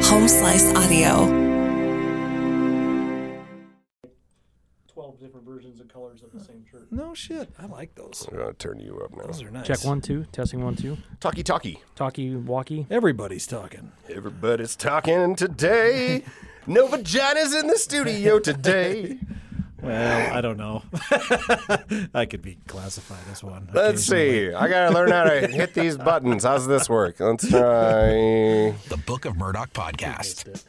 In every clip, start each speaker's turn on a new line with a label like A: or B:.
A: Slice Audio.
B: 12 different versions and colors of the same shirt.
C: No shit. I like those.
D: I'm gonna turn you up now.
C: Those are nice.
E: Check one, two. Testing one, two.
D: Talkie talkie.
E: Talkie, walkie.
C: Everybody's talking.
D: Everybody's talking today. No vaginas in the studio today.
C: Well, I don't know. I could be classified as one.
D: Let's see. I gotta learn how to hit these buttons. How's this work? Let's try.
F: The Book of Murdoch podcast.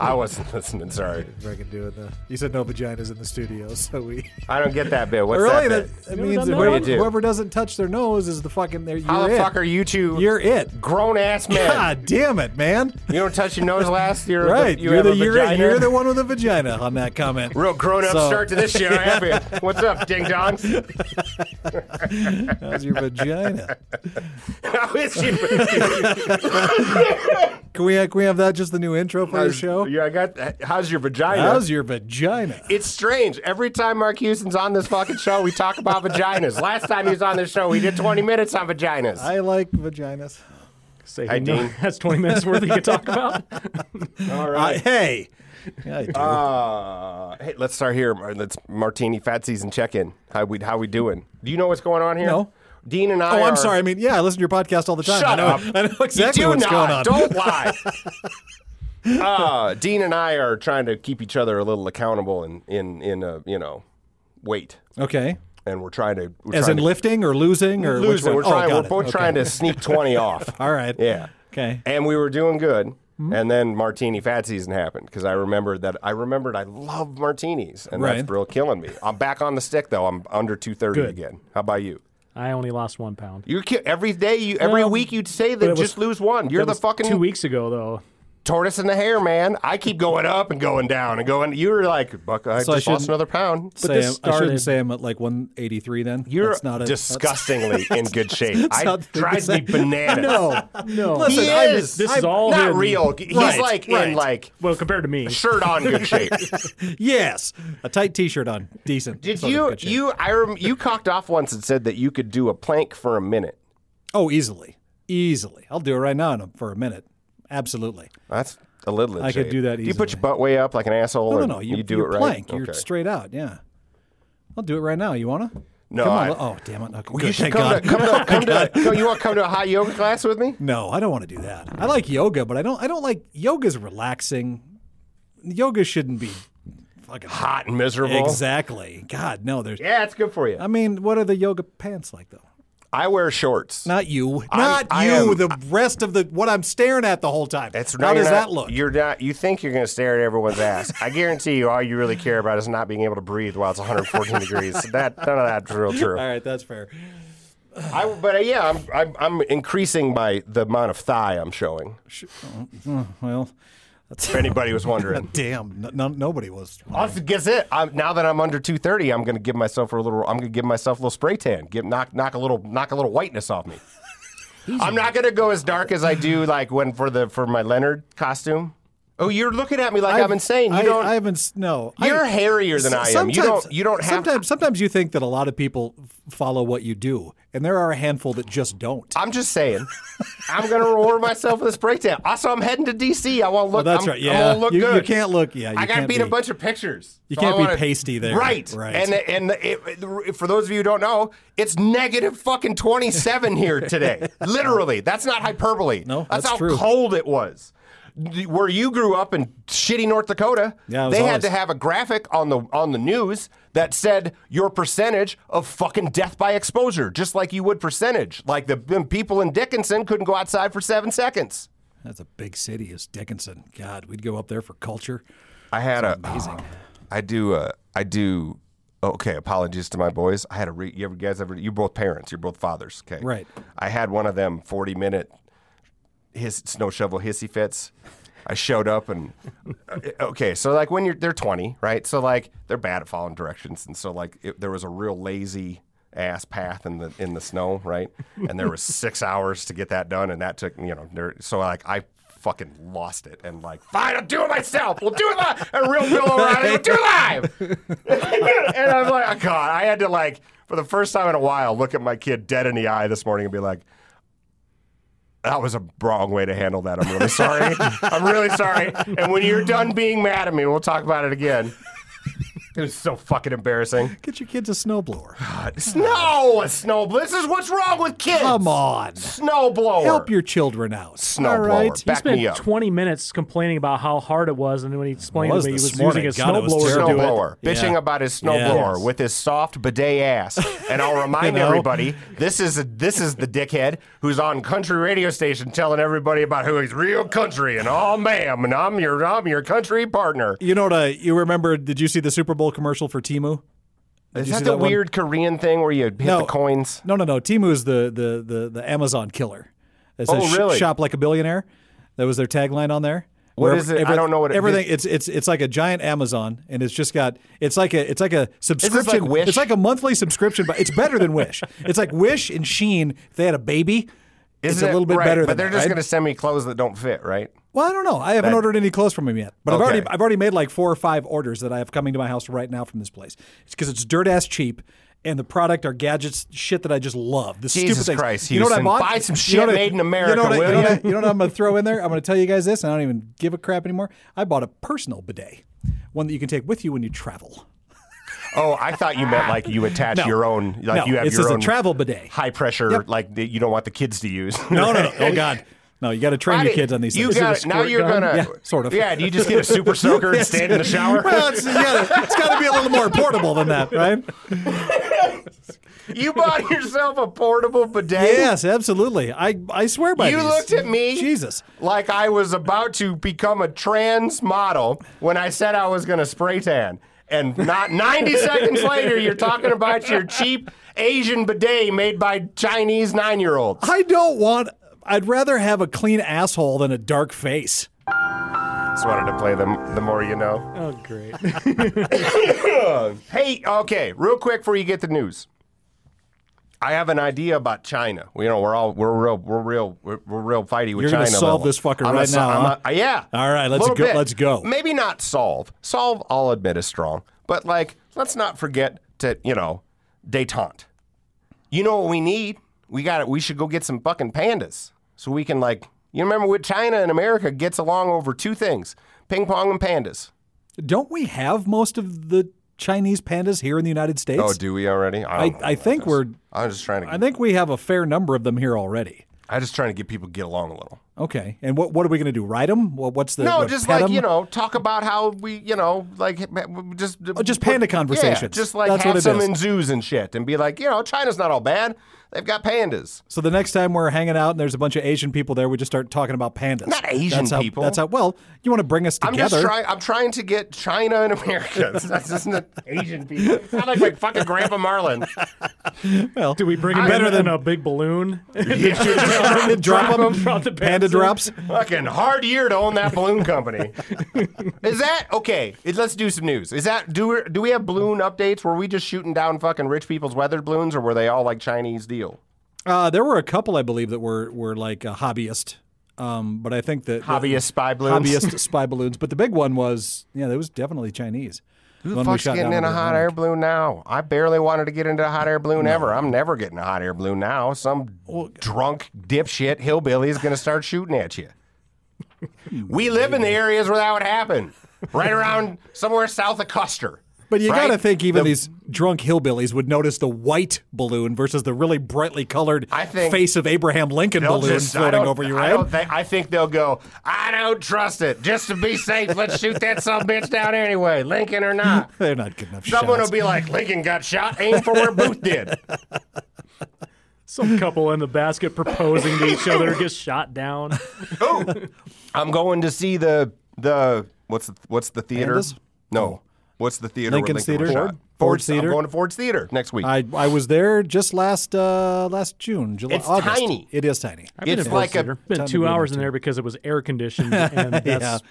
D: I wasn't listening. Sorry.
C: If I can do it. Though. You said no vaginas in the studio, so we.
D: I don't get that bit. What's
C: really,
D: that?
C: that,
D: bit?
C: that
B: You
C: means
B: done
C: that
B: that? What do you
C: whoever,
D: do?
C: whoever doesn't touch their nose is the fucking. They're, you're
D: How the
C: it.
D: fuck are you 2
C: You're it.
D: grown ass men?
C: God damn it, man!
D: You don't touch your nose last. You're
C: Right,
D: The, you
C: are
D: have
C: the
D: a
C: you're, it.
D: vagina.
C: you're the one with a vagina on that comment.
D: Real grown up
C: So-
D: start to this shit. I have it. What's up, ding dong?
C: How's your vagina?
D: How is you?
C: Can we can we have that just the new intro for the show?
D: Yeah, I got. that. How's your vagina?
C: How's your vagina?
D: It's strange. Every time Mark Houston's on this fucking show, we talk about vaginas. Last time he was on this show, we did 20 minutes on vaginas.
C: I like vaginas.
E: Say,
D: Hi,
E: no,
D: Dean.
E: That's 20 minutes worth you could talk about.
D: All
C: I- hey, Yeah, I do.
D: Uh, hey, let's start here. Mar- Let's martini fat season check in. How we how we doing? Do you know what's going on here?
C: No.
D: Dean and I.
C: Oh,
D: are-
C: I'm sorry. I mean, yeah, I listen to your podcast all the time.
D: Shut
C: I know,
D: up.
C: I know exactly
D: Do
C: what's
D: not.
C: going on.
D: Don't lie. uh, Dean and I are trying to keep each other a little accountable in in in uh, you know weight,
C: Okay.
D: and we're trying to we're
C: As
D: trying
C: in
D: to
C: lifting or losing or Which
D: lose it.
C: one?
D: We're trying.
C: oh, got
D: we're
C: it.
D: both
C: Okay.
D: trying to sneak 20 off.
C: All right.
D: Yeah.
C: Okay.
D: and we were doing good. And then martini fat season happened because I remembered that I remembered I love martinis, and
C: Right.
D: that's real killing me. I'm back on the stick though. I'm under 230
C: Good.
D: again. How about you?
E: I only lost one pound.
D: You ki- every day, you every
E: Well,
D: week you'd say that
E: it was-
D: just lose one. You're
E: That
D: the
E: was
D: fucking
E: Two weeks ago, though.
D: tortoise in the hair, man. I keep going up and going down and going. You were like, Buck, I
C: So I
D: just lost
C: shouldn't-
D: another pound.
C: Say
E: this
C: I'm- I shouldn't
E: started-
C: say I'm at like 183 then.
D: You're
C: That's not a,
D: disgustingly in good shape. I
C: not the
D: drives me
C: same-
D: bananas.
C: No.
E: No.
C: Listen,
D: he
C: I'm-
D: is.
E: this is
D: I'm
E: all
D: not
E: him.
D: real. He's
C: Right,
D: like in
C: right.
D: like
E: Well, compared to me.
D: shirt on good shape.
C: That's, yes. A tight T-shirt on. Decent.
D: Did
C: Sort of
D: you
C: good shape.
D: you I rem, you cocked off once and said that you could do a plank for a minute?
C: Oh, easily. Easily. I'll do it right now in a, for a minute. Absolutely.
D: That's a little.
C: I could do that
D: You
C: easily.
D: put your butt way up like an asshole.
C: No, no,
D: and
C: no. You,
D: you do
C: you're
D: it right.
C: Plank. You're
D: Okay.
C: straight out. Yeah. I'll do it right now. You wanna?
D: No,
C: Come on.
D: I-
C: let- oh, damn it. Okay,
D: Well,
C: good,
D: you should
C: thank
D: come
C: God.
D: to come to come to. no, you want to come to a hot yoga class with me?
C: No, I don't want to do that. I like yoga, but I don't. I don't like yoga's relaxing. Yoga shouldn't be fucking
D: Hot and miserable.
C: Exactly. God, no. There's.
D: Yeah, it's good for you.
C: I mean, what are the yoga pants like though?
D: I wear shorts.
C: Not you.
D: I'm-
C: not
D: I
C: you.
D: am-
C: the rest of the what I'm staring at the whole time.
D: That's
C: How
D: no, you're
C: does
D: not-
C: that look?
D: You're not. You think you're going to stare at everyone's ass. I guarantee you, all you really care about is not being able to breathe while it's 114 degrees. That none of that's real true.
C: All right, that's fair.
D: I, but uh, yeah, I'm, I'm I'm increasing my the amount of thigh I'm showing.
C: Well,
D: If anybody was wondering.
C: damn. No, nobody was.
D: Also, guess it. I'm, now that I'm under 230, I'm going to give myself a little. I'm going to give myself a little spray tan. Give knock knock a little knock a little whiteness off me. I'm not going to go as dark as I do like when for the for my Leonard costume. Oh, you're looking at me like i am
C: I've-
D: insane. You
C: I,
D: don't.
C: I haven't. s- No, I-
D: You're hairier than I am. You don't-
C: sometimes-
D: you don't have-
C: Sometimes, sometimes you think that a lot of people f- follow what you do, and there are a handful that just don't.
D: I'm just saying. I'm going to reward myself with a spray tan. Also, I'm heading to DC. I want to
C: Oh,
D: look.
C: that's
D: I'm,
C: right.
D: I
C: Yeah,
D: want to look
C: you,
D: good.
C: you can't look. Yeah, you
D: I got to
C: can't
D: beat
C: be.
D: a bunch of pictures.
C: You
D: So
C: can't
D: I
C: be
D: wanna-
C: pasty there.
D: Right.
C: Right.
D: And and it, for those of you who don't know, it's negative fucking 27 here today. Literally. That's not hyperbole.
C: No, that's
D: how
C: true.
D: cold it was. Where you grew up in shitty North Dakota,
C: Yeah, it was
D: they had
C: always-
D: to have a graphic on the on the news that said your percentage of fucking death by exposure, just like you would percentage. Like the them people in Dickinson couldn't go outside for seven seconds.
C: That's a big city, is Dickinson. God, we'd go up there for culture.
D: I had a. I do. Uh, I do. Okay, apologies to my boys. I had a. Re, you ever guys ever? You're both parents. You're both fathers. Okay.
C: Right.
D: I had one of them 40 minute his snow shovel hissy fits. I showed up and uh, okay, so like when you're they're 20, right? So like they're bad at following directions, and so like it, there was a real lazy ass path in the in the snow, right? And there was six hours to get that done, and that took you know. there- So like I fucking lost it, and like fine, I'll do it myself. We'll do it live, and real Bill O'Reilly, we'll do it live. and I'm like, oh God, I had to like for the first time in a while look at my kid dead in the eye this morning and be like, that was a wrong way to handle that. I'm really sorry. I'm really sorry. And when you're done being mad at me, we'll talk about it again. It was so fucking embarrassing.
C: Get your kids a snowblower.
D: God, snow, a snow. This is what's wrong with kids.
C: Come on.
D: Snowblower.
C: Help your children out.
D: snowblower.
C: right.
E: He
D: Back me
E: spent
D: up.
E: 20 minutes complaining about how hard it was, and then when he explained
C: Was
E: to me he
C: this
E: was
C: morning.
E: using a
C: God, it was
E: snowblower to do it.
D: snowblower, bitching
C: Yeah.
D: about his snowblower
E: Yes.
D: with his soft bidet ass. And I'll remind
C: You know?
D: everybody, this is this is the dickhead who's on country radio station telling everybody about who he's real country and oh ma'am, and I'm your I'm your country partner.
C: You know what? Uh, you remember? Did you see the Super Bowl commercial for Timu?
D: Is
C: you
D: that
C: see
D: the
C: that one?
D: weird Korean thing where you hit the
C: No.
D: coins?
C: No, no, no. Timu is the the the, the Amazon killer. It says
D: Oh,
C: "Sh-
D: really?
C: shop like a billionaire. That was their tagline on there.
D: What
C: Where
D: is it? I don't know what it-
C: everything. It's it's it's like a giant Amazon, and it's just got it's like a it's like a subscription.
D: Wish?
C: It's like a monthly subscription, but it's better than Wish. It's like Wish and Sheen. If they had a baby, it's
D: Isn't
C: a
D: it-
C: little bit
D: right,
C: better.
D: But
C: than
D: they're
C: that,
D: just
C: right?
D: gonna send me clothes that don't fit, right?
C: Well, I don't know. I haven't ordered any clothes from him yet, but
D: Okay.
C: I've already I've already made like four or five orders that I have coming to my house right now from this place. It's because it's dirt ass cheap, and the product are gadgets shit that I just love. The
D: Jesus
C: stupid things.
D: Christ,
C: you know what I
D: Houston,
C: bought?
D: buy some
C: You know
D: shit
C: what I-
D: made in America,
C: You know what, I,
D: will
C: you know what I-
D: ya?
C: you know what I'm gonna throw in there? I'm gonna tell you guys this, and I don't even give a crap anymore. I bought a personal bidet, one that you can take with you when you travel.
D: Oh, I thought you meant like you attach
C: No.
D: your own like
C: No,
D: you have
C: it's
D: your
C: just a
D: own
C: travel bidet.
D: high pressure like that you don't want the kids to use.
C: No, no, no. Oh God. No, you got to train
D: I
C: your
D: didn't-
C: kids on these
D: you
C: things.
D: Got, now you're
E: gun?
D: gonna
C: Yeah, sort of.
D: Yeah, do you just get a super soaker and stand in the shower?
C: well, it's, yeah, it's got to be a little more portable than that, right?
D: you bought yourself a portable bidet.
C: Yes, absolutely. I, I swear by
D: You
C: these.
D: looked at me.
C: Jesus.
D: Like I was about to become a trans model when I said I was gonna spray tan. And not 90 seconds later, you're talking about your cheap Asian bidet made by Chinese nine year olds.
C: I don't want. I'd rather have a clean asshole than a dark face.
D: Just wanted to play them the more you know.
E: Oh, great.
D: Hey, okay, real quick before you get the news. I have an idea about China. You know, we're all we're real we're real we're, we're real fighty with
C: You're
D: China.
C: gonna solve
D: lately.
C: this fucker
D: I'm gonna
C: right now,
D: I'm
C: huh?
D: gonna- yeah.
C: All right, let's
D: Little
C: go-
D: bit.
C: let's go.
D: Maybe not solve. Solve, I'll admit, is strong. But like, let's not forget to you know, détente. You know what we need? We got it. We should go get some fucking pandas so we can like. You remember with China and America gets along over two things: ping pong and pandas.
C: Don't we have most of the Chinese pandas here in the United States?
D: Oh, do we already? I,
C: I,
D: don't know
C: I
D: about
C: think
D: this.
C: we're.
D: I'm just trying to.
C: I think we have a fair number of them here already.
D: I'm just trying to get people to get along a little.
C: Okay, and what what are we going to do? Ride them? What, what's the
D: No,
C: what,
D: just
C: pet
D: like
C: 'em?
D: you know, talk about how we, you know, like just
C: Oh, just panda
D: Yeah,
C: conversations.
D: just like
C: That's
D: have
C: what it
D: some
C: is.
D: in zoos and shit, and be like, you know, China's not all bad. They've got pandas.
C: So the next time we're hanging out and there's a bunch of Asian people there, we just start talking about pandas.
D: Not Asian
C: that's how,
D: people.
C: That's how. Well, you want to bring us
D: I'm
C: together?
D: just trying. I'm trying to get China and America. That's not, that's not Asian people. It's not like my fucking grandpa Marlin.
C: well,
E: Do we bring him
C: Better
E: better than
C: than-
E: a big balloon?
C: panda drop
E: Drop 'em,
C: 'em?
E: drop the pandas
C: Panda
E: in.
C: drops.
D: Fucking hard year to own that balloon company. Is that okay? it- Let's do some news. Is that do we, do we have balloon updates? Were we just shooting down fucking rich people's weather balloons, or were they all like Chinese deal?
C: Uh, there were a couple, I believe, that were were like a hobbyist, um, but I think that
D: Hobbyist spy balloons.
C: hobbyist spy balloons. But the big one was, yeah, that was definitely Chinese. The
D: Who the
C: one we
D: fuck's
C: shot
D: getting
C: down
D: in a
C: over
D: hot
C: Iraq.
D: air balloon now? I barely wanted to get into a hot air balloon ever. I'm never getting a hot air balloon now. Some drunk dipshit hillbilly is going to start shooting at you. we live in the areas where that would happen, right around somewhere south of Custer.
C: But you
D: right?
C: got to think even
D: The-
C: these drunk hillbillies would notice the white balloon versus the really brightly colored
D: I think
C: face of Abraham Lincoln
D: they'll
C: balloon
D: just- I
C: floating
D: don't-
C: over your
D: I
C: head.
D: don't think, I think they'll go. I don't trust it. Just to be safe, let's shoot that some bitch down anyway, Lincoln or not.
C: They're not good enough
D: Someone
C: shots.
D: will be like, Lincoln got shot. Aim for where Booth did.
E: Some couple in the basket proposing to each other gets shot down.
D: I'm going to see the the what's the, what's the theater?
C: Pandas?
D: No, what's the theater? where
C: Lincoln's
D: Lincoln was
C: Theater?
D: shot?
C: Ford? Ford's
D: I'm
C: Theater?
D: going to Ford's Theater next week.
C: I, I was there just last uh, last June, July,
D: It's
C: August.
D: tiny.
C: It is tiny.
E: I've been
D: It's
E: to Ford's
D: like a-
E: Theater. It's been
C: Time to
E: two
C: move
E: hours
C: it
E: in there because it was air conditioned, and that's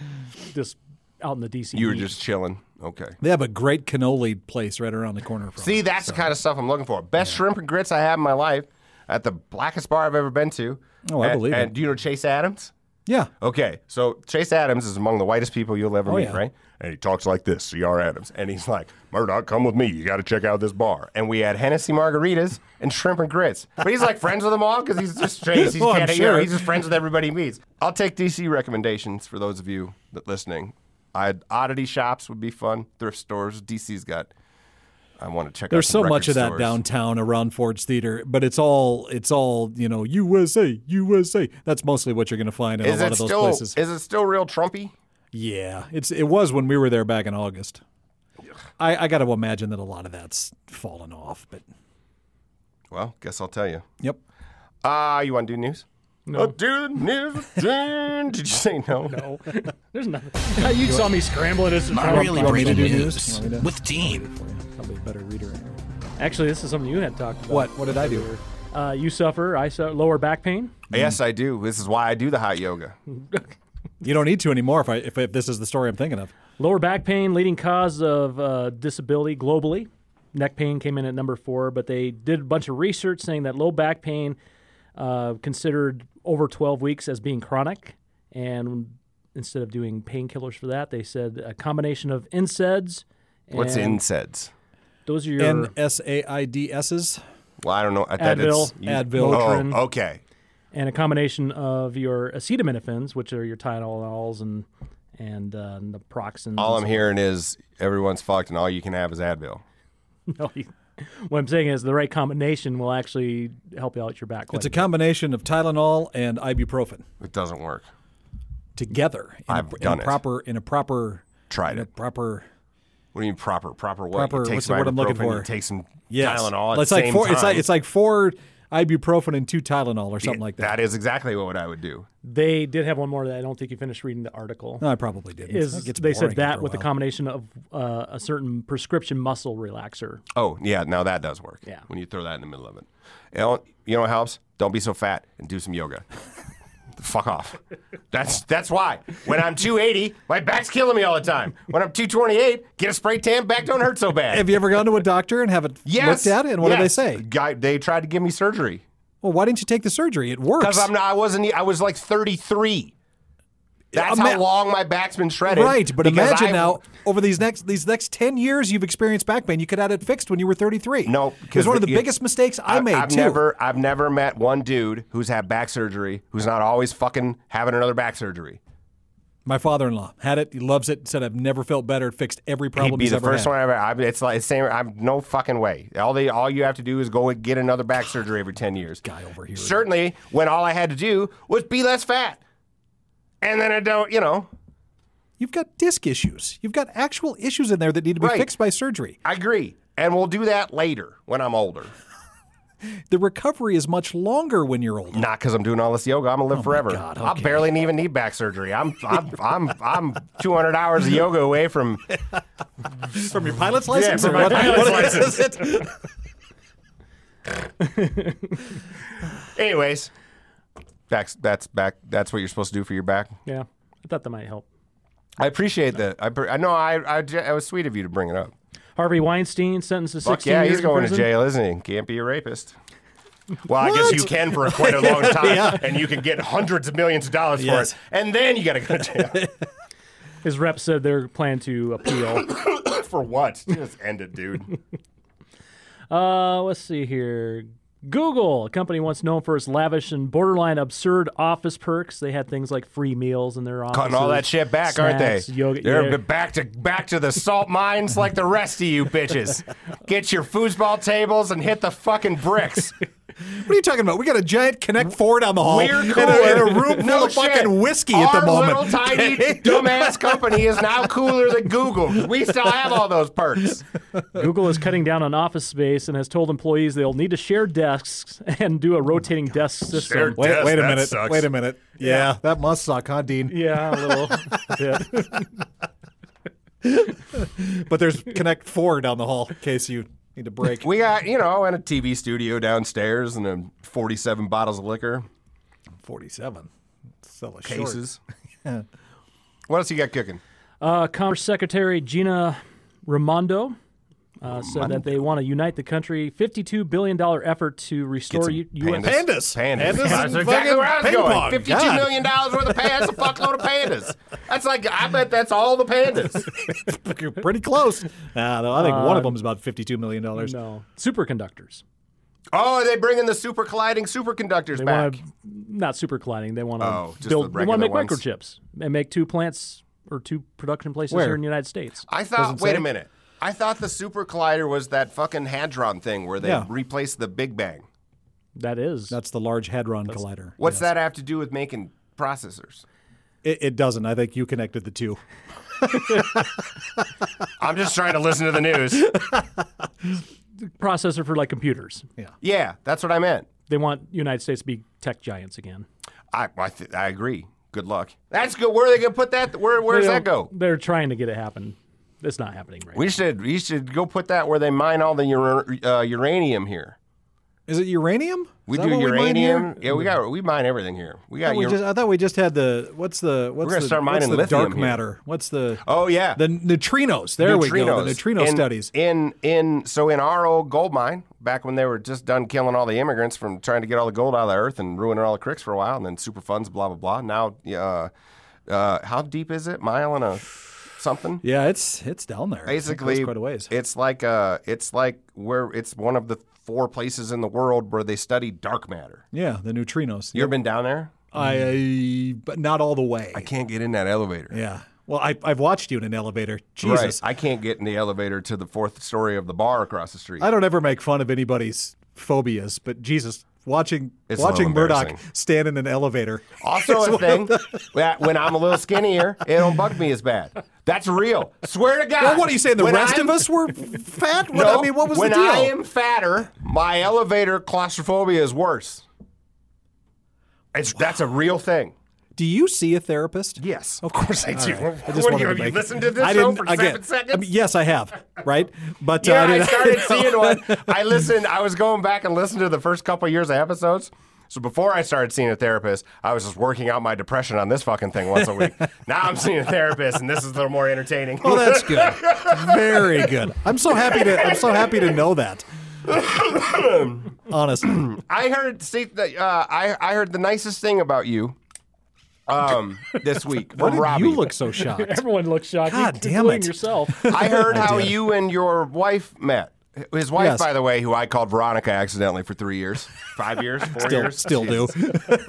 E: just out in the DC.
D: you were
E: heat.
D: just chilling. Okay.
C: They have a great cannoli place right around the corner from.
D: See, that's the kind of stuff I'm looking for. Best shrimp and grits I had in my life at the blackest bar I've ever been to.
C: Oh, I
D: And-
C: believe
D: and
C: it.
D: do you know Chase Adams?
C: Yeah.
D: Okay, so Chase Adams is among the whitest people you'll ever meet,
C: Oh, yeah.
D: right? And he talks like this, C.R. Adams. And he's like, Murdoch, come with me. You got to check out this bar. And we had Hennessy margaritas and shrimp and grits. But he's like friends with them all because he's just Chase. He's,
C: Well, I'm
D: can't- you
C: sure.
D: know, he's just friends with everybody he meets. I'll take DC recommendations for those of you that listening. I, oddity shops would be fun. Thrift stores. DC's got. I want to check out
C: There's
D: some
C: so much
D: record
C: of that
D: stores.
C: downtown around Ford's Theater, but it's all it's all you know USA USA. That's mostly what you're going to find in
D: Is
C: a lot
D: it
C: of those
D: still
C: places.
D: is it still real Trumpy?
C: yeah, it's it was when we were there back in August. I, I got to imagine that a lot of that's fallen off, but
D: Well, guess I'll tell you.
C: yep.
D: Ah, you want to do news? No. do the news. Did you say no?
E: No, there's nothing. you saw me scrambling. This
F: Not really
C: want me to
F: breaking
C: do
F: news
C: news? You want me to-
F: with Dean.
C: Probably a better reader.
E: Actually, this is something you had talked about.
C: What? What did I do?
E: Uh, you suffer. I suffer lower back pain.
D: Yes, I do. This is why I do the hot yoga.
C: You don't need to anymore if I if, if this is the story I'm thinking of.
E: Lower back pain, leading cause of uh, disability globally. Neck pain came in at number four, but they did a bunch of research saying that low back pain uh, considered over 12 weeks as being chronic. And instead of doing painkillers for that, they said a combination of NSAIDs. And
D: What's NSAIDs?
E: Those are your.
C: N S A I D S's.
D: Well, I don't know. I thought it's-
E: Advil,
D: you-
C: Advil.
E: Motrin.
D: Oh, okay.
E: and a combination of your acetaminophen, which are your Tylenols and and uh, naproxens.
D: All I'm
E: and
D: hearing is everyone's fucked, and all you can have is Advil.
E: stuff. what I'm saying is the right combination will actually help you out with your back.
C: It's
E: quite
C: a
E: a bit.
C: combination of Tylenol and ibuprofen
D: It doesn't work.
C: together. In
D: I've
C: a,
D: done
C: in
D: it.
C: a proper in a proper
D: Tried
C: in a
D: it.
C: proper
D: What do you mean proper? Proper what?
C: Proper-
D: You take
C: what's
D: some
C: the word I'm looking
D: ibuprofen, You
C: for?
D: take some
C: Yes.
D: Tylenol. At
C: it's
D: the
C: like
D: same
C: four. It's like
D: time.
C: it's like four ibuprofen and two Tylenol or something like that.
D: That is exactly what I would do.
E: They did have one more that I don't think you finished reading the article.
C: No, I probably didn't.
E: Is
C: It gets
E: they
C: boring
E: said that
C: after a
E: with the
C: while.
E: combination of uh, a certain prescription muscle relaxer.
D: Oh yeah, now that does work.
E: Yeah.
D: When you throw that in the middle of it, you know, you know what helps? Don't be so fat and do some yoga. Fuck off. That's that's why. When I'm 280, my back's killing me all the time. When I'm 228, get a spray tan, back don't hurt so bad.
C: Have you ever gone to a doctor and have it
D: Yes.
C: looked at? And what do they
D: Yes.
C: say?
D: Guy, they tried to give me surgery
C: Well, why didn't you take the surgery? It works.
D: because I'm not. I wasn't. e, I was like 33. That's
C: Ima-
D: how long my back's been shredded.
C: right, but
D: because
C: imagine
D: I-
C: now over these next these next ten years you've experienced back pain. You could have it fixed when you were 33.
D: No,
C: it was
D: because
C: one of the
D: you-
C: biggest mistakes I, made
D: have
C: too.
D: never, I've never met one dude who's had back surgery who's not always fucking having another back surgery.
C: My father-in-law had it. He loves it. Said I've never felt better. It fixed every problem
D: He'd be
C: he's
D: the
C: ever
D: first
C: had.
D: one ever. I, it's like it's same. I'm no fucking way. All they, all you have to do is go and get another back surgery every ten years. Guy
C: over here.
D: Certainly, when all I had to do was be less fat, and then I don't, you know.
C: You've got disc issues. You've got actual issues in there that need to be
D: Right.
C: fixed by surgery.
D: I agree, and we'll do that later when I'm older.
C: The recovery is much longer when you're older.
D: Not because I'm doing all this yoga. I'm gonna live forever.
C: Oh God,
D: I
C: okay.
D: barely even need back surgery. I'm, I'm, I'm, I'm 200 hours of yoga away from.
C: From your pilot's license?
D: from
C: or
D: my
C: what-
D: pilot's
C: what is
D: license.
C: it?
D: Anyways, that's that's back. That's what you're supposed to do for your back.
E: Yeah, I thought that might help.
D: I appreciate that. I, pre- I know. I, I, it was sweet of you to bring it up.
E: Harvey Weinstein sentenced to
D: Fuck
E: 16
D: yeah,
E: years
D: he's going
E: in prison.
D: to jail, isn't he? Can't be a rapist. Well, I guess you can for quite a long time, and you can get hundreds of millions of dollars
C: Yes.
D: for it, and then you got to go to jail
E: His rep said they're planning to appeal.
D: for what? Just end it, dude.
E: Uh, let's see here. Google, a company once known for its lavish and borderline absurd office perks. They had things like free meals in their office.
D: Cutting all that shit back, aren't they?
E: Yoga,
D: They're
E: yeah.
D: b- back to back to the salt mines like the rest of you bitches. Get your foosball tables and hit the fucking bricks.
C: What are you talking about? We got a giant Connect Four down the hall
D: We're
C: and,
D: cooler.
C: a, and a room full
D: No
C: of fucking
D: shit.
C: whiskey
D: Our
C: at the moment.
D: little tiny dumbass company is now cooler than Google. We still have all those perks.
E: Google is cutting down on office space and has told employees they'll need to share desks and
D: Oh
E: do a rotating desk system.
D: Share-
C: Wait,
D: Yes,
C: wait a
D: that
C: minute.
D: sucks.
C: Wait a minute. Yeah, that must suck, huh, Dean?
E: yeah, a little bit.
C: But there's Connect Four down the hall in case you need a break.
D: We got, you know, and a TV studio downstairs and um 47 bottles of liquor,
C: Forty-seven. Sell a short.
D: cases. what else you got cooking?
E: Uh, Commerce Secretary Gina Raimondo uh, said that they want to unite the country. $52 billion effort to restore U- U.S.
D: pandas.
A: Pandas.
D: Pandas.
A: Pandas
D: That's
A: and
D: exactly
A: fucking
D: where I was
A: ping
D: going.
A: pong.
D: Fifty-two million
A: God.
D: dollars worth of pandas. That's a fuckload of pandas. That's like I bet that's all the pandas.
C: You're pretty close. Uh, though I think one of them is about fifty-two million dollars.
E: No, superconductors.
D: Oh, are they bringing the super colliding superconductors
E: They
D: back?
E: want to not super colliding. They want to
D: Oh, just the
E: build. they want to
D: regular
E: make
D: ones.
E: microchips and make two plants or two production places
C: Where?
E: here in the United States.
D: I thought. Wait a minute. I thought the super collider was that fucking hadron thing where they
C: Yeah.
D: replaced the Big Bang.
E: That is.
C: That's the Large Hadron Collider.
D: What's that have to do with making processors?
C: It, it doesn't. I think you connected the two.
D: I'm just trying to listen to the news.
E: processor for like computers.
D: Yeah, that's what I meant.
E: They want United States to be tech giants again.
D: I I, th- I agree. Good luck. That's good. Where are they gonna put that? Where where does
E: They
D: that
E: don't-
D: go?
E: They're trying to get it happen. It's not happening right.
D: We should we should go put that where they mine all the ur- uh, uranium here.
C: Is it uranium? Is
D: We
C: that
D: do
C: what mine here?
D: uranium. yeah, we got we mine everything here. We
C: I
D: got
C: thought we
D: ur-
C: just- I thought we just had the what's the what's
D: gonna
C: the,
D: start mining
C: what's the
D: lithium
C: dark
D: here.
C: matter? What's the
D: Oh yeah.
C: the neutrinos? There we go. The neutrino
D: in,
C: studies.
D: In in so in our old gold mine, back when they were just done killing all the immigrants from trying to get all the gold out of the earth and ruining all the cricks for a while, and then super funds, blah blah blah. Now, uh, uh, how deep is it? Mile and a something.
C: yeah, it's it's down there. It goes
D: Basically,
C: quite a ways.
D: it's like uh, it's like where it's one of the four places in the world where they study dark matter.
C: yeah, the neutrinos.
D: You ever been down there?
C: I, I but not all the way.
D: I can't get in that elevator.
C: yeah. Well, I, I've watched you in an elevator. Jesus,
D: Right. I can't get in the elevator to the fourth story of the bar across the street.
C: I don't ever make fun of anybody's phobias, but Jesus, watching
D: It's a
C: watching
D: little
C: Murdoch
D: embarrassing.
C: stand in an elevator. It's
D: Also, a
C: one of
D: thing that when I'm a little skinnier, it don't bug me as bad. That's real. Swear to God.
C: Well, what are you saying? The
D: When
C: rest
D: I'm-
C: of us were fat? What,
D: No,
C: I mean, what was
D: when
C: the deal?
D: I am fatter, my elevator claustrophobia is worse. It's that's a real thing.
C: Do you see a therapist?
D: Yes,
C: Of course
D: I do.
C: I just
D: What,
C: wanted
D: you-
C: to
D: have you
C: make it-
D: listened to this
C: I
D: show
C: didn't-
D: for seven
C: again, I
D: seconds?
C: mean, yes, I have. Right, but uh,
D: Yeah,
C: I,
D: I
C: didn't-
D: started seeing one. I listened. I was going back and listening to the first couple years of episodes. So before I started seeing a therapist, I was just working out my depression on this fucking thing once a week. now I'm seeing a therapist, and this is a little more entertaining.
C: Oh, that's good. Very good. I'm so happy to. I'm so happy to know that. Honestly,
D: I heard see that uh, I I heard the nicest thing about you um this week
C: why
D: from
C: did
D: Robbie.
C: you look so shocked?
E: Everyone looks shocked.
C: God
E: you,
C: damn
E: including
C: it.
E: yourself.
D: I heard how
C: did.
D: you and your wife met. His wife,
C: Yes.
D: by the way, who I called Veronica accidentally for three years, five years, four
C: Still,
D: years,
C: still do.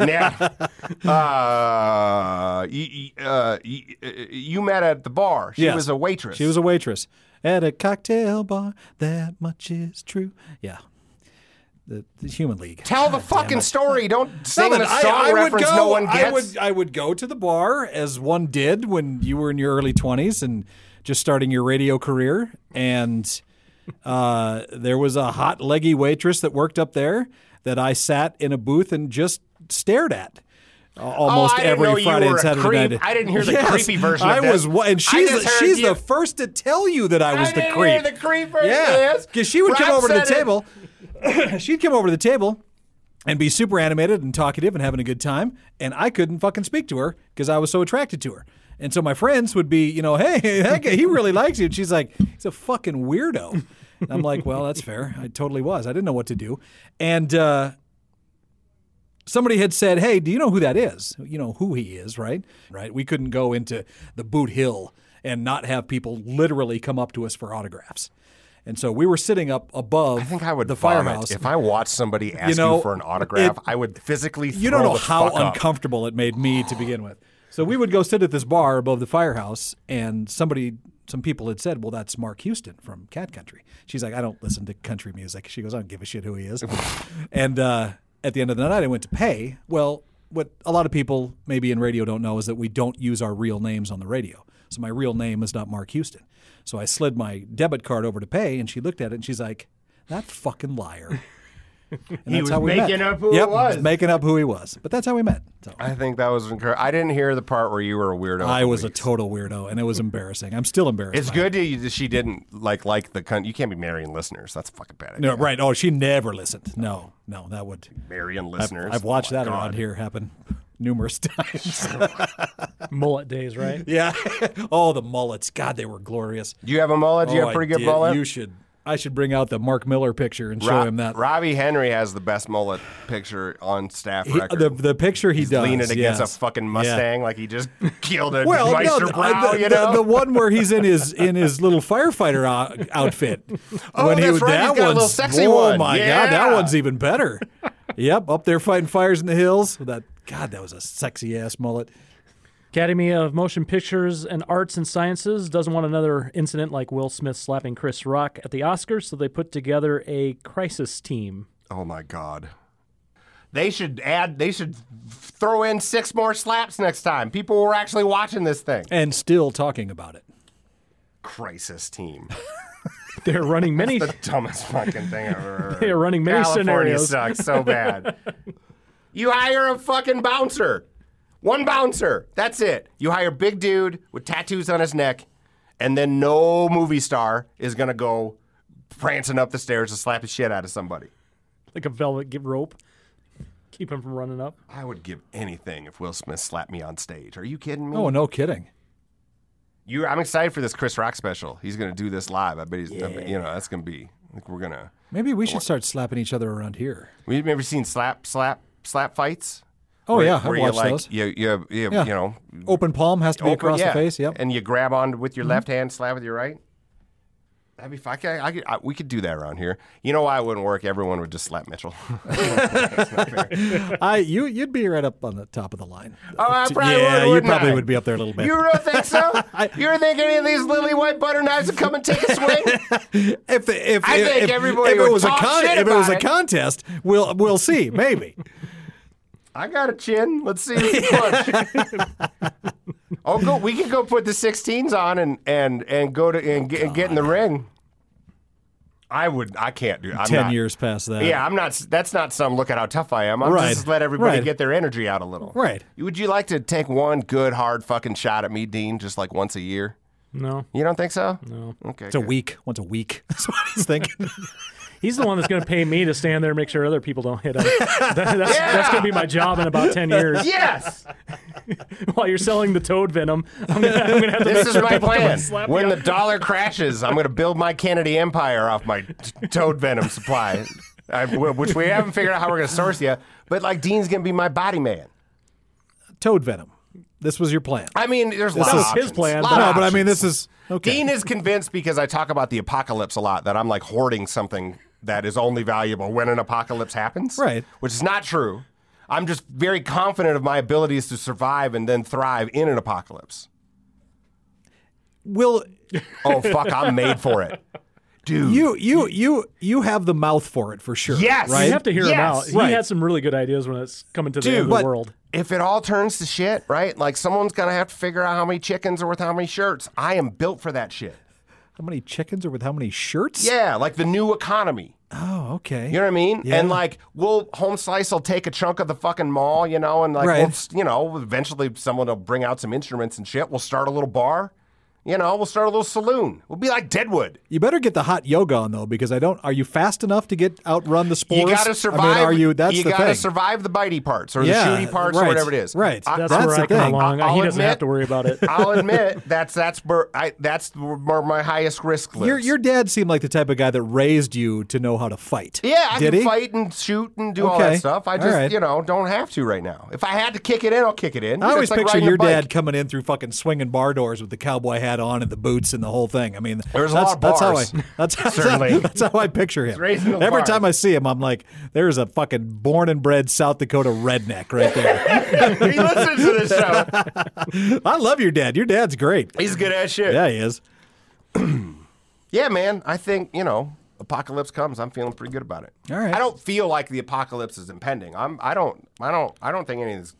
D: yeah. Uh, you, uh, you, you met at the bar. She
C: Yes.
D: was a waitress.
C: She was a waitress at a cocktail bar. That much is true. Yeah, the, the Human League.
D: Tell the fucking story. Don't sing a song reference no one gets.
C: I would I would go to the bar as one did when you were in your early twenties and just starting your radio career. And uh, there was a hot leggy waitress that worked up there that I sat in a booth and just stared at. uh, Almost
D: Oh, I didn't
C: every
D: know you
C: Friday
D: were
C: and
D: a
C: Saturday
D: creep.
C: night.
D: I didn't hear the
C: Yes,
D: creepy version of
C: I
D: this.
C: was, wa- and
D: I
C: she's
D: just
C: the,
D: heard
C: she's
D: you-
C: the first to tell you that I was the
D: didn't
C: creep.
D: hear the creep version
C: yeah,
D: of this.
C: because she would come
D: Rob
C: over to the
D: said it.
C: table. She'd come over to the table and be super animated and talkative and having a good time. And I couldn't fucking speak to her because I was so attracted to her. And so my friends would be, you know, hey, that guy, he really likes you. And she's like, he's a fucking weirdo. And I'm like, well, that's fair. I totally was. I didn't know what to do. And uh, somebody had said, hey, do you know who that is? You know who he is, right? Right. We couldn't go into the boot hill and not have people literally come up to us for autographs. And so we were sitting up above
D: I think I would
C: the
D: vomit.
C: firehouse.
D: if I watched somebody ask you,
C: know,
D: for an autograph.
C: it-
D: I would physically. Throw
C: you don't know
D: the
C: how
D: fuck up.
C: uncomfortable it made me to begin with. So we would go sit at this bar above the firehouse, and somebody, some people had said, "Well, that's Mark Houston from Cat Country." She's like, "I don't listen to country music." She goes, "I don't give a shit who he is." and uh, at the end of the night, I went to pay. Well, what a lot of people maybe in radio don't know is that we don't use our real names on the radio. So my real name is not Mark Houston. So I slid my debit card over to pay, and she looked at it, and she's like, "That fucking liar." And
D: He was making up who he
C: yep, he
D: was. Oh,
C: making up who he was. But that's how we met. So
D: I think that was incredible. I didn't hear the part where you were a weirdo.
C: I was a total weirdo, and it was embarrassing. I'm still embarrassed.
D: It's
C: by
D: good to you that she didn't like like the country. You can't be marrying listeners. That's a fucking bad.
C: it. No, right? Oh, she never listened. No, no, that would.
D: marrying listeners.
C: I've watched
D: Oh my
C: that
D: God.
C: around here happen numerous times.
E: Mullet days, right?
C: yeah. oh, the mullets. God, they were glorious.
D: Do you have a mullet? Do
C: Oh,
D: you have
C: I
D: a pretty good
C: did.
D: mullet?
C: You should. I should bring out the Mark Miller picture and show
D: Ro-
C: him that.
D: Robbie Henry has the best mullet picture on staff
C: He-
D: record.
C: the, the picture he does.
D: leaning against
C: yes.
D: a fucking
C: Yeah.
D: Mustang like he just killed a
C: Well, no,
D: Meister
C: th-
D: Brow,
C: the,
D: you
C: the-
D: know?
C: the one where he's in his in his little firefighter o- outfit.
D: Oh, that's
C: was-
D: right, he's got a little
C: one's-
D: sexy
C: oh
D: one.
C: my god,
D: Yeah.
C: that one's even better. yep, up there fighting fires in the hills. With that God, that was a sexy ass mullet.
E: Academy of Motion Pictures and Arts and Sciences doesn't want another incident like Will Smith slapping Chris Rock at the Oscars, so they put together a crisis team.
D: oh my god. They should add. They should throw in six more slaps next time. People were actually watching this thing.
C: And still talking about it.
D: Crisis team.
E: They're running many.
D: the dumbest fucking thing I've ever heard.
E: They are running many
D: California
E: scenarios.
D: sucks so bad. you hire a fucking bouncer. One bouncer. That's it. You hire big dude with tattoos on his neck, and then no movie star is gonna go prancing up the stairs to slap the shit out of somebody.
E: like a velvet gi- rope. Keep him from running up.
D: I would give anything if Will Smith slapped me on stage. Are you kidding me?
C: Oh, no kidding.
D: You, I'm excited for this Chris Rock special. He's gonna do this live. I bet he's. I bet- you know, that's gonna be. Like we're gonna.
C: Maybe we should start slapping each other around here.
D: We've never seen slap, slap, slap fights.
C: Oh
D: Where-
C: yeah, I've
D: where
C: watched
D: you like,
C: those.
D: You, you, you,
C: Yeah.
D: you know,
C: Open palm has to be
D: open-
C: across
D: yeah,
C: the face. Yep. Mm-hmm.
D: And you grab on with your left hand, slap with your right. That'd be fine. I, could- I, could- I, we could do that around here. You know why it wouldn't work? Everyone would just slap Mitchell.
C: I you you'd be right up on the top of the line.
D: Oh, I probably
C: yeah,
D: would,
C: you
D: wouldn't
C: probably
D: I?
C: would be up there a little bit.
D: you really think so? you don't think any of these lily white butter knives would come and take a swing?
C: If if
D: I
C: if,
D: think
C: if,
D: everybody
C: if it
D: would
C: was a
D: talk shit
C: if it
D: about
C: was a
D: it.
C: contest, we'll we'll see. Maybe
D: I got a chin. Let's see. Who can punch. oh, go. We could go put the 16s on and and and go to and, get, and get in the ring. I would. I can't do. I'm
C: ten
D: not-
C: years past that.
D: Yeah, I'm not. That's not some. Look at how tough I am. I'm
C: Right.
D: just let everybody
C: Right.
D: get their energy out a little.
C: Right.
D: Would you like to take one good hard fucking shot at me, Dean? Just like once a year.
E: No,
D: You don't think so? No. Okay.
C: It's a week. Once a week. That's what he's thinking.
E: he's the one that's going to pay me to stand there and make sure other people don't hit him. That- that's going to be my job in about ten years.
D: Yes.
E: While you're selling the toad venom, I'm going to have to make
D: This is
E: sure
D: my
E: people come
D: plan.
E: and slap
D: When
E: me
D: the dollar crashes, I'm going to build my Kennedy empire off my t- toad venom supply, I, which we haven't figured out how we're going to source yet. But like Dean's going to be my body man.
C: Toad venom. This was your plan.
D: I mean, there's lots of
E: is his
D: options.
E: plan,
D: Lot
E: but-
D: of
C: no, but I
D: options.
C: mean, this is okay.
D: Dean is convinced because I talk about the apocalypse a lot that I'm like hoarding something that is only valuable when an apocalypse happens.
C: Right.
D: Which is not true. I'm just very confident of my abilities to survive and then thrive in an apocalypse.
C: Will
D: Oh fuck, I'm made for it. Dude.
C: you you you you have the mouth for it for sure?
D: Mm. Yes!
C: right.
E: You have to hear him
D: Yes.
E: out. He
C: Right.
E: had some really good ideas when it's coming to the
D: Dude,
E: end of the
D: but-
E: world.
D: if it all turns to shit, right? Like someone's gonna have to figure out how many chickens are worth how many shirts. I am built for that shit.
C: how many chickens are with how many shirts?
D: Yeah, like the new economy.
C: Oh, okay.
D: You know what I mean?
C: Yeah.
D: And like, we'll home slice will take a chunk of the fucking mall, you know, and like,
C: Right.
D: we'll, s- you know, eventually someone will bring out some instruments and shit. We'll start a little bar, you know, we'll start a little saloon. We'll be like Deadwood.
C: You better get the hot yoga on though, because I don't. Are you fast enough to get outrun the spores?
D: You got to survive.
C: I mean, are you? That's the
D: gotta
C: thing.
D: survive the bitey parts or
C: Yeah,
D: the shooty parts or
C: right,
D: whatever it is.
C: right.
D: I,
E: That's,
C: That's
E: where
C: the
E: I come
C: thing.
E: along.
D: I'll
E: he doesn't
D: admit-
E: have to worry about it.
D: I'll admit that's that's where I, that's where my highest risk lives.
C: Your your dad seemed like the type of guy that raised you to know how to fight.
D: Yeah, I
C: did
D: can
C: he?
D: fight and shoot and do all
C: Okay.
D: that stuff. I
C: All
D: just,
C: right.
D: you know, don't have to right now. If I had to kick it in, I'll kick it in.
C: I
D: It's
C: always
D: like
C: picture
D: riding a
C: your
D: bike.
C: dad coming in through fucking swinging bar doors with the cowboy hat on and the boots and the whole thing. I mean,
D: There's a
C: that's,
D: lot of bars.
C: That's how I. That's, that's How,
D: Certainly.
C: that's how I picture him.
D: raising
C: Every
D: the bars.
C: time I see him, I'm like, there's a fucking born and bred South Dakota redneck right there.
D: he listens to this show.
C: I love your dad. Your dad's great.
D: He's good at shit. Yeah.
C: Yeah, he is.
D: man. I think, you know, apocalypse comes. I'm feeling pretty good about it.
C: All right.
D: I don't feel like the apocalypse is impending. I'm I don't I don't I don't think anything's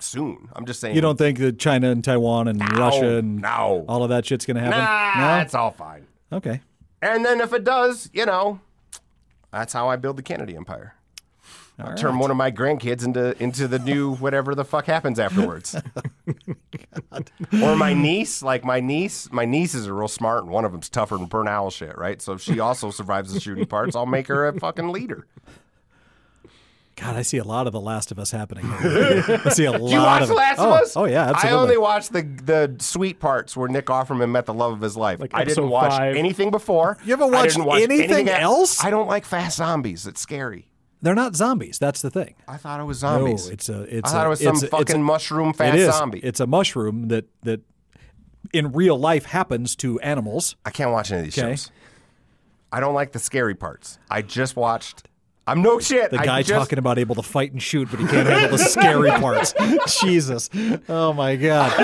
D: soon. I'm just saying
C: You don't think that China and Taiwan and Russia and
D: no.
C: all of that shit's gonna happen?
D: Nah, it's all fine.
C: no. Okay.
D: And then if it does, you know, that's how I build the Kennedy Empire. I'll turn one of my grandkids into into the new whatever the fuck happens afterwards.
C: Oh,
D: or my niece, like my niece, my nieces are real smart, and one of them's tougher than burn owl shit, right? So if she also survives the shooting parts, I'll make her a fucking leader.
C: God, I see a lot of The Last of Us happening. I see a lot
D: Did you watch
C: of
D: The
C: it.
D: Last
C: oh,
D: of Us?
C: Oh yeah, absolutely.
D: I only watched the the sweet parts where Nick Offerman met the love of his life.
E: Like
D: I didn't
E: episode
D: watch
E: five.
D: anything before.
C: You haven't
D: I
C: watched
D: didn't watch
C: anything
D: af-
C: else?
D: I don't like fast zombies. It's scary.
C: They're not zombies. That's the thing.
D: I thought it was
C: No,
D: zombies.
C: it's a. It's
D: I thought
C: a,
D: it was some
C: it's a- it's a-
D: fucking mushroom fast
C: it is.
D: zombie.
C: It's a mushroom that that in real life happens to animals.
D: I can't watch any of these
C: Okay.
D: shows. I don't like the scary parts. I just watched. I'm no shit.
C: The
D: I
C: guy
D: just-
C: talking about able to fight and shoot, but he can't handle the scary parts. Jesus. Oh my God.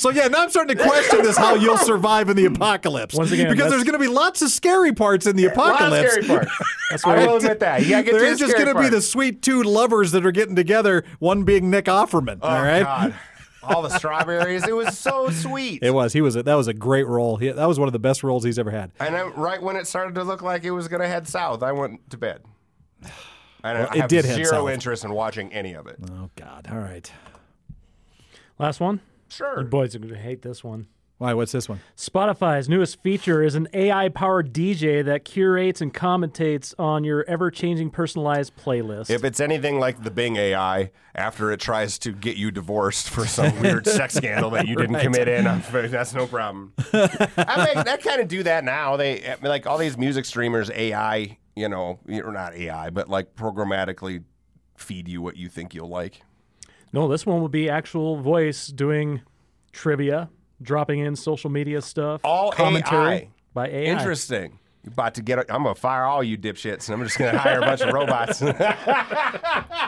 C: so yeah, now I'm starting to question this how you'll survive in the apocalypse.
E: Once again,
C: because
E: that's-
C: there's gonna be lots of scary parts in the
D: Lot of
C: apocalypse.
D: scary parts. I will admit that. Yeah, get
C: there
D: to
C: is
D: the
C: just
D: scary
C: gonna be
D: part.
C: the sweet two lovers that are getting together, one being Nick Offerman. all right.
D: Oh, God. All the strawberries. It was so sweet.
C: It was. He was. A, that was a great role. He, that was one of the best roles he's ever had.
D: And I, right when it started to look like it was going to head south, I went to bed. And I
C: it
D: have
C: did head
D: zero
C: south.
D: interest in watching any of it.
C: Oh God. All right.
E: Last one.
D: Sure.
E: Boys are going to hate this one.
C: Why? What's this one?
E: Spotify's newest feature is an AI powered DJ that curates and commentates on your ever changing personalized playlist.
D: If it's anything like the Bing AI, after it tries to get you divorced for some weird sex scandal that you didn't commit in, I'm- that's no problem. I mean, that kind of do that now. They I mean, like all these music streamers, AI, you know, or not AI, but like programmatically feed you what you think you'll like.
E: No, this one will be actual voice doing trivia, dropping in social media stuff,
D: All
E: commentary
D: AI.
E: by AI.
D: Interesting. You're about to get. I'm gonna fire all you dipshits, and I'm just gonna hire a bunch of robots.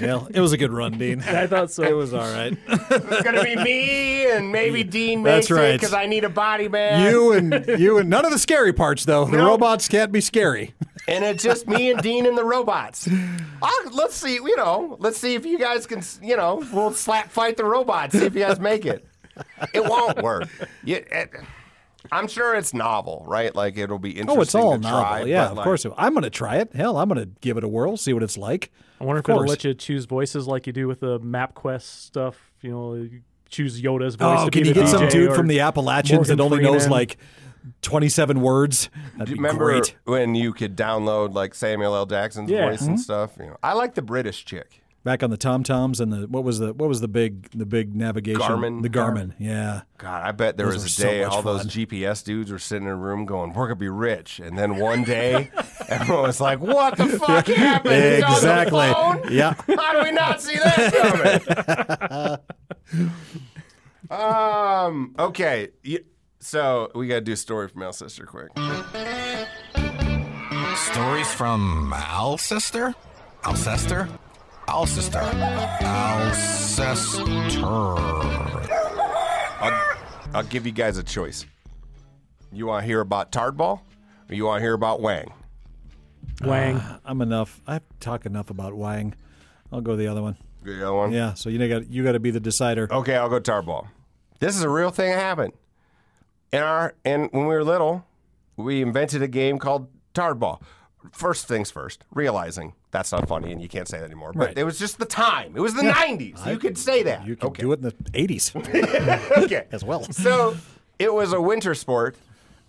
C: Well, it was a good run, Dean.
E: I thought so. It was
C: all right.
D: it's gonna be me and maybe Dean
C: That's
D: Mason
C: right.
D: because I need a body man.
C: You and you and none of the scary parts though. The
D: Nope.
C: robots can't be scary.
D: and it's just me and Dean and the robots. i let's see, you know, let's see if you guys can, you know, we'll slap fight the robots. See if you guys make it. It won't work. You, it, I'm sure it's novel, right? Like it'll be interesting.
C: Oh, it's all
D: to
C: novel.
D: Try,
C: yeah,
D: but,
C: of
D: like,
C: course. I'm gonna try it. Hell, I'm gonna give it a whirl, see what it's like.
E: I wonder
C: Of
E: if it'll
C: course.
E: let you choose voices like you do with the MapQuest stuff. You know, you choose Yoda's voice.
C: Oh,
E: to
C: can
E: be
C: you
E: the
C: get some
E: DJ
C: dude
E: or-
C: from the Appalachians
E: Morgan
C: that only knows
E: Freeman.
C: like 27 words? That'd
D: Do
C: be
D: you remember
C: great.
D: when you could download like Samuel L. Jackson's
E: Yeah.
D: voice
C: mm-hmm.
D: and stuff? You know, I like the British chick.
C: Back on the Tom Toms and the what was the what was the big the big navigation
D: Garmin.
C: the Garmin yeah
D: God, I bet there
C: Those
D: was a
C: were so
D: day
C: much
D: all those
C: fun.
D: GPS dudes were sitting in a room going, "We're gonna be rich," and then one day, everyone was like, "What the fuck happened?" It's on the
C: exactly
D: phone?
C: yeah
D: How do we not see that coming? um. Okay. y- So we gotta do a story from Al Sister quick.
F: Stories from Alcester? Alcester? Alcester. Alcester.
D: I'll, I'll give you guys a choice. You want to hear about Tardball, or you want to hear about Wang?
E: Wang.
C: I'm enough I've talked enough about Wang I'll go the other one
D: The other one.
C: yeah so you got you got to be the decider
D: Okay, I'll go tarball. This is a real thing that happened. In our and when we were little, we invented a game called tardball. First things first, realizing that's not funny and you can't say that anymore. But
C: Right.
D: it was just the time. It was the '90s. you could say that.
C: you can
D: okay.
C: do it in the 80s
D: okay.
C: as well
D: So it was a winter sport,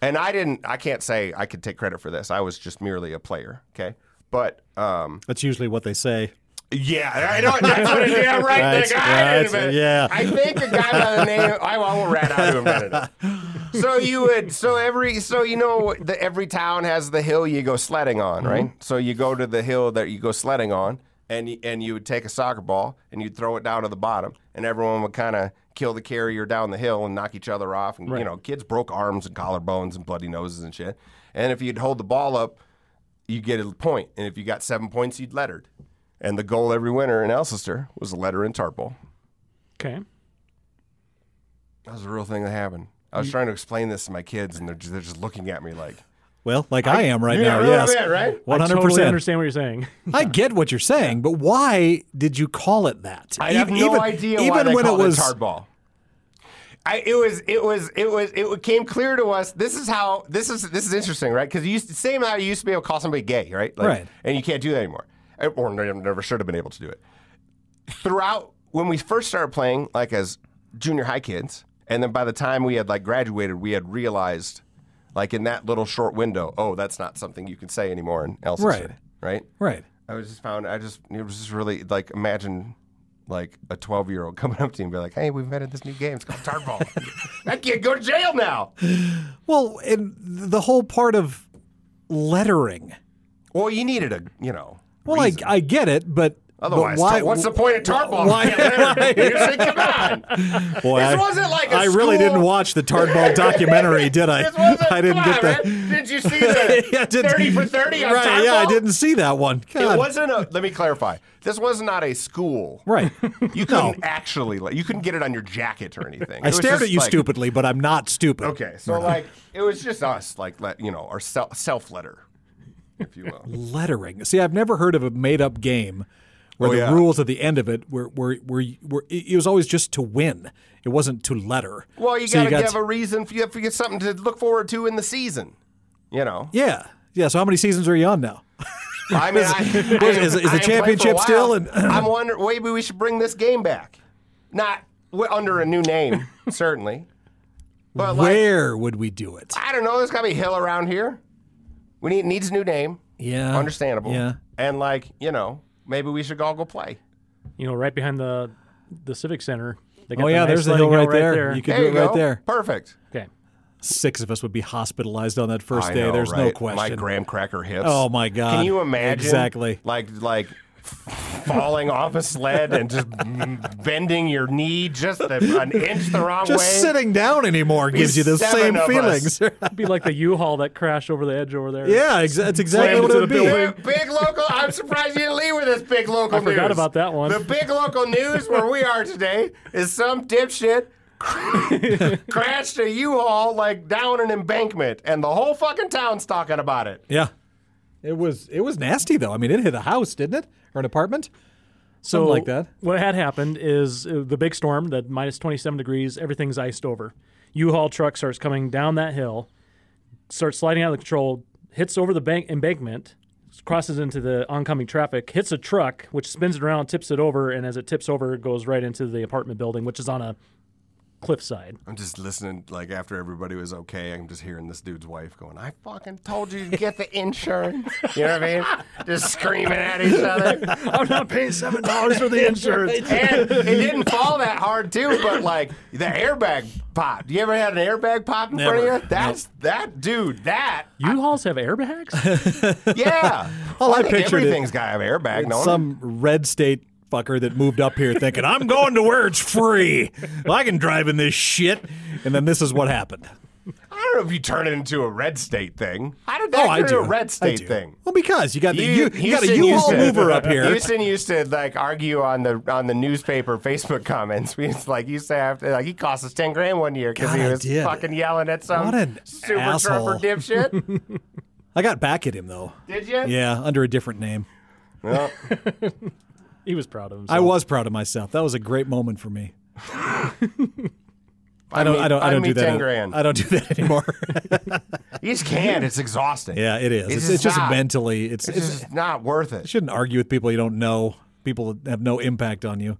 D: and I didn't. I can't say I could take credit for this. I was just merely a player. Okay, but um,
C: that's usually what they say
D: yeah, I know. That's what it is. Yeah, right.
C: Right,
D: the guy
C: right,
D: invented it.
C: yeah.
D: I think a guy by the name. I won't rat out who invented it. So you would. So every. So you know, the, every town has the hill you go sledding on,
C: Mm-hmm.
D: right? So you go to the hill that you go sledding on, and you, and you would take a soccer ball and you'd throw it down to the bottom, and everyone would kind of kill the carrier down the hill and knock each other off, and you know, kids broke arms and collarbones and bloody noses and shit. And if you'd hold the ball up you get a point, and if you got seven points, you'd lettered. And the goal every winter in Alcester was a letter in tarpal.
E: Okay.
D: That was a real thing that happened. I was trying to explain this to my kids, and they're just, they're just looking at me like,
C: well like I, am right now
D: really
C: yes
D: man, right?
E: I
C: 100
E: totally
C: percent
E: understand what you're saying.
C: I get what you're saying, but why did you call it that?
D: I have
C: Even-
D: no
C: even-
D: idea why
C: even
D: they
C: when it
D: called
C: was
D: it hardball. I, it was it was it was it came clear to us. This is how this is this is interesting, right? Because you used to, same how you used to be able to call somebody gay, right? Like,
C: Right.
D: And you can't do that anymore, Eh, or n- never should have been able to do it. Throughout when we first started playing, like as junior high kids, and then by the time we had like graduated, we had realized, like in that little short window, oh, that's not something you can say anymore in Elsinore.
C: Right.
D: right?
C: Right.
D: I was just found. I just it was just really like imagine like a twelve year old coming up to you and be like, "Hey, we've invented this new game. It's called Tardball. that kid go to jail now."
C: Well, and the whole part of lettering.
D: Well, you needed a you know.
C: Well, I, I get it, but but
D: Otherwise,
C: why?
D: what's the point of Tardball?
C: why- why-
D: Music, come on.
C: Boy,
D: This
C: I-
D: wasn't like a
C: I really
D: school-
C: didn't watch the Tardball documentary, did I?
D: This wasn't
C: I didn't
D: fun,
C: get that.
D: man. Did you see the
C: Yeah, I didn't-
D: thirty for thirty on
C: right?
D: Tardball?
C: Yeah, I didn't see that one. God.
D: It wasn't a. Let me clarify. This was not a school.
C: right.
D: You couldn't actually. Like, you couldn't get it on your jacket or anything. It
C: I
D: was
C: stared
D: just
C: at you
D: like-
C: stupidly, but I'm not stupid.
D: Okay, so like it was just us, like let you know, our self self letter, if you will.
C: lettering. See, I've never heard of a made up game where
D: Oh,
C: the
D: yeah.
C: rules at the end of it were, were, were, were it it was always just to win. It wasn't to letter.
D: Well, you
C: So
D: gotta
C: got
D: give a reason. For, you have to get something to look forward to in the season. You know,
C: yeah. Yeah. So how many seasons are you on now?
D: I mean, I, I-
C: is- is the
D: I played for a
C: championship
D: while.
C: still in-
D: I'm wondering. Maybe we should bring this game back, not w- under a new name, certainly. But like,
C: Where would we do it?
D: I don't know. There's gotta be a hill around here. We need needs a new name.
C: Yeah.
D: understandable.
C: Yeah.
D: and like you know, maybe we should all go play.
E: You know, right behind the the civic center. They got
C: Oh
E: the
C: yeah,
E: nice
C: there's the
E: letting
C: hill
E: go
C: right there. You could
D: There
C: do
D: you
C: it right
D: go.
C: there.
D: Perfect.
E: okay.
C: Six of us would be hospitalized on that first
D: I
C: day.
D: know,
C: There's no
D: right?
C: question.
D: My graham cracker hips.
C: Oh my god.
D: Can you imagine?
C: Exactly.
D: Like like falling off a sled and just bending your knee just a, an inch the wrong
C: Just
D: way.
C: sitting down anymore gives you the same
D: seven of
C: feelings.
D: us.
E: It'd be like the U-Haul that crashed over the edge over there.
C: yeah, exa- that's exactly
E: Slammed
C: what
E: into
C: it would
E: the
C: be.
E: building.
D: Big, big local. I'm surprised you didn't leave with this big local.
E: I forgot
D: news.
E: about that one.
D: The big local news where we are today is some dipshit crashed a U-Haul like down an embankment, and the whole fucking town's talking about it.
C: Yeah. It was it was nasty though. I mean, it hit a house, didn't it? Or an apartment?
E: so
C: something like that.
E: What had happened is uh, the big storm, the minus 27 degrees, everything's iced over. U-Haul truck starts coming down that hill, starts sliding out of control, hits over the bank embankment, crosses into the oncoming traffic, hits a truck, which spins it around, tips it over, and as it tips over, it goes right into the apartment building, which is on a cliffside.
D: I'm just listening, like after everybody was okay, I'm just hearing this dude's wife going, I fucking told you to get the insurance. You know what I mean? Just screaming at each other.
E: I'm not paying seven dollars for the insurance.
D: And it didn't fall that hard too, but like the airbag popped. You ever had an airbag pop in front
C: Never.
D: of you? That's that dude, that
E: U-Hauls have airbags?
D: yeah.
C: All I
D: think
C: pictured it-
D: everything's got an airbag, no
C: Some red state fucker that moved up here thinking, "I'm going to where it's free. Well, I can drive in this shit." And then this is what happened.
D: I don't know if you turn it into a red state thing. How did that
C: Oh, I
D: turn into
C: do.
D: a
C: I
D: red state
C: do.
D: thing?
C: Well, because you got the
D: You-
C: you, you got a
D: Houston
C: U-Haul
D: used to-
C: mover up here.
D: Houston used to like argue on the on the newspaper Facebook comments. We used to, like used to have to, like he cost us ten grand one year because
C: God,
D: he
C: I
D: was
C: did.
D: fucking yelling at some
C: What an
D: super
C: asshole.
D: trooper dipshit.
C: I got back at him though.
D: Did you?
C: Yeah, under a different name.
D: Well,
E: he was proud of himself.
C: I was proud of myself. That was a great moment for me. I don't.
D: me-
C: I don't. I
D: find
C: don't
D: me
C: do that.
D: 10
C: an-
D: grand.
C: I don't do that anymore.
D: you just can't. It's exhausting.
C: yeah, it is. It's, it's,
D: just
C: just
D: not.
C: mentally. It's
D: It's just not worth
C: You
D: it.
C: shouldn't argue with people you don't know. People that have no impact on you.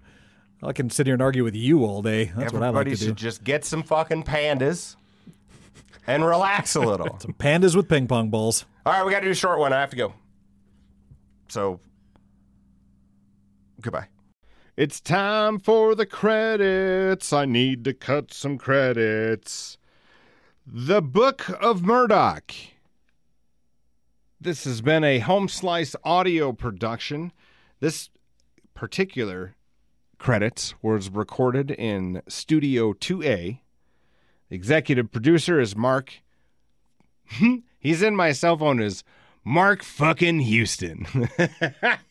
C: I can sit here and argue with you all day. That's what I like
D: Everybody
C: to do.
D: should just get some fucking pandas and relax a little.
C: Pandas with ping pong balls.
D: All right, we got to do a short one. I have to go. So, goodbye.
A: It's time for the credits. I need to cut some credits. The Book of Murdoch. This has been a home slice audio production. This particular credits was recorded in Studio 2A. Executive producer is Mark. He's in my cell phone as Mark fucking Houston.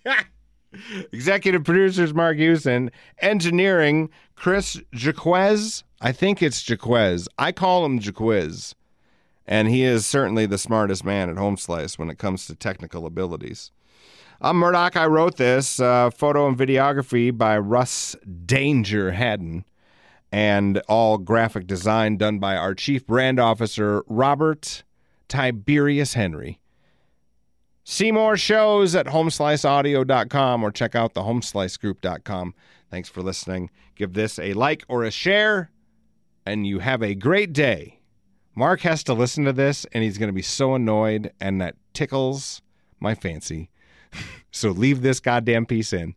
A: Executive producers Mark Houston, engineering Chris Jaquez. I think it's Jaquez. I call him Jaquez. And he is certainly the smartest man at Home Slice when it comes to technical abilities. I'm Murdoch. I wrote this uh, photo and videography by Russ Danger Haddon, and all graphic design done by our chief brand officer, Robert Tiberius Henry. See more shows at homesliceaudio.com or check out the homeslicegroup.com. Thanks for listening. Give this a like or a share, and you have a great day. Mark has to listen to this, and he's going to be so annoyed, and that tickles my fancy.
D: So leave this goddamn piece in.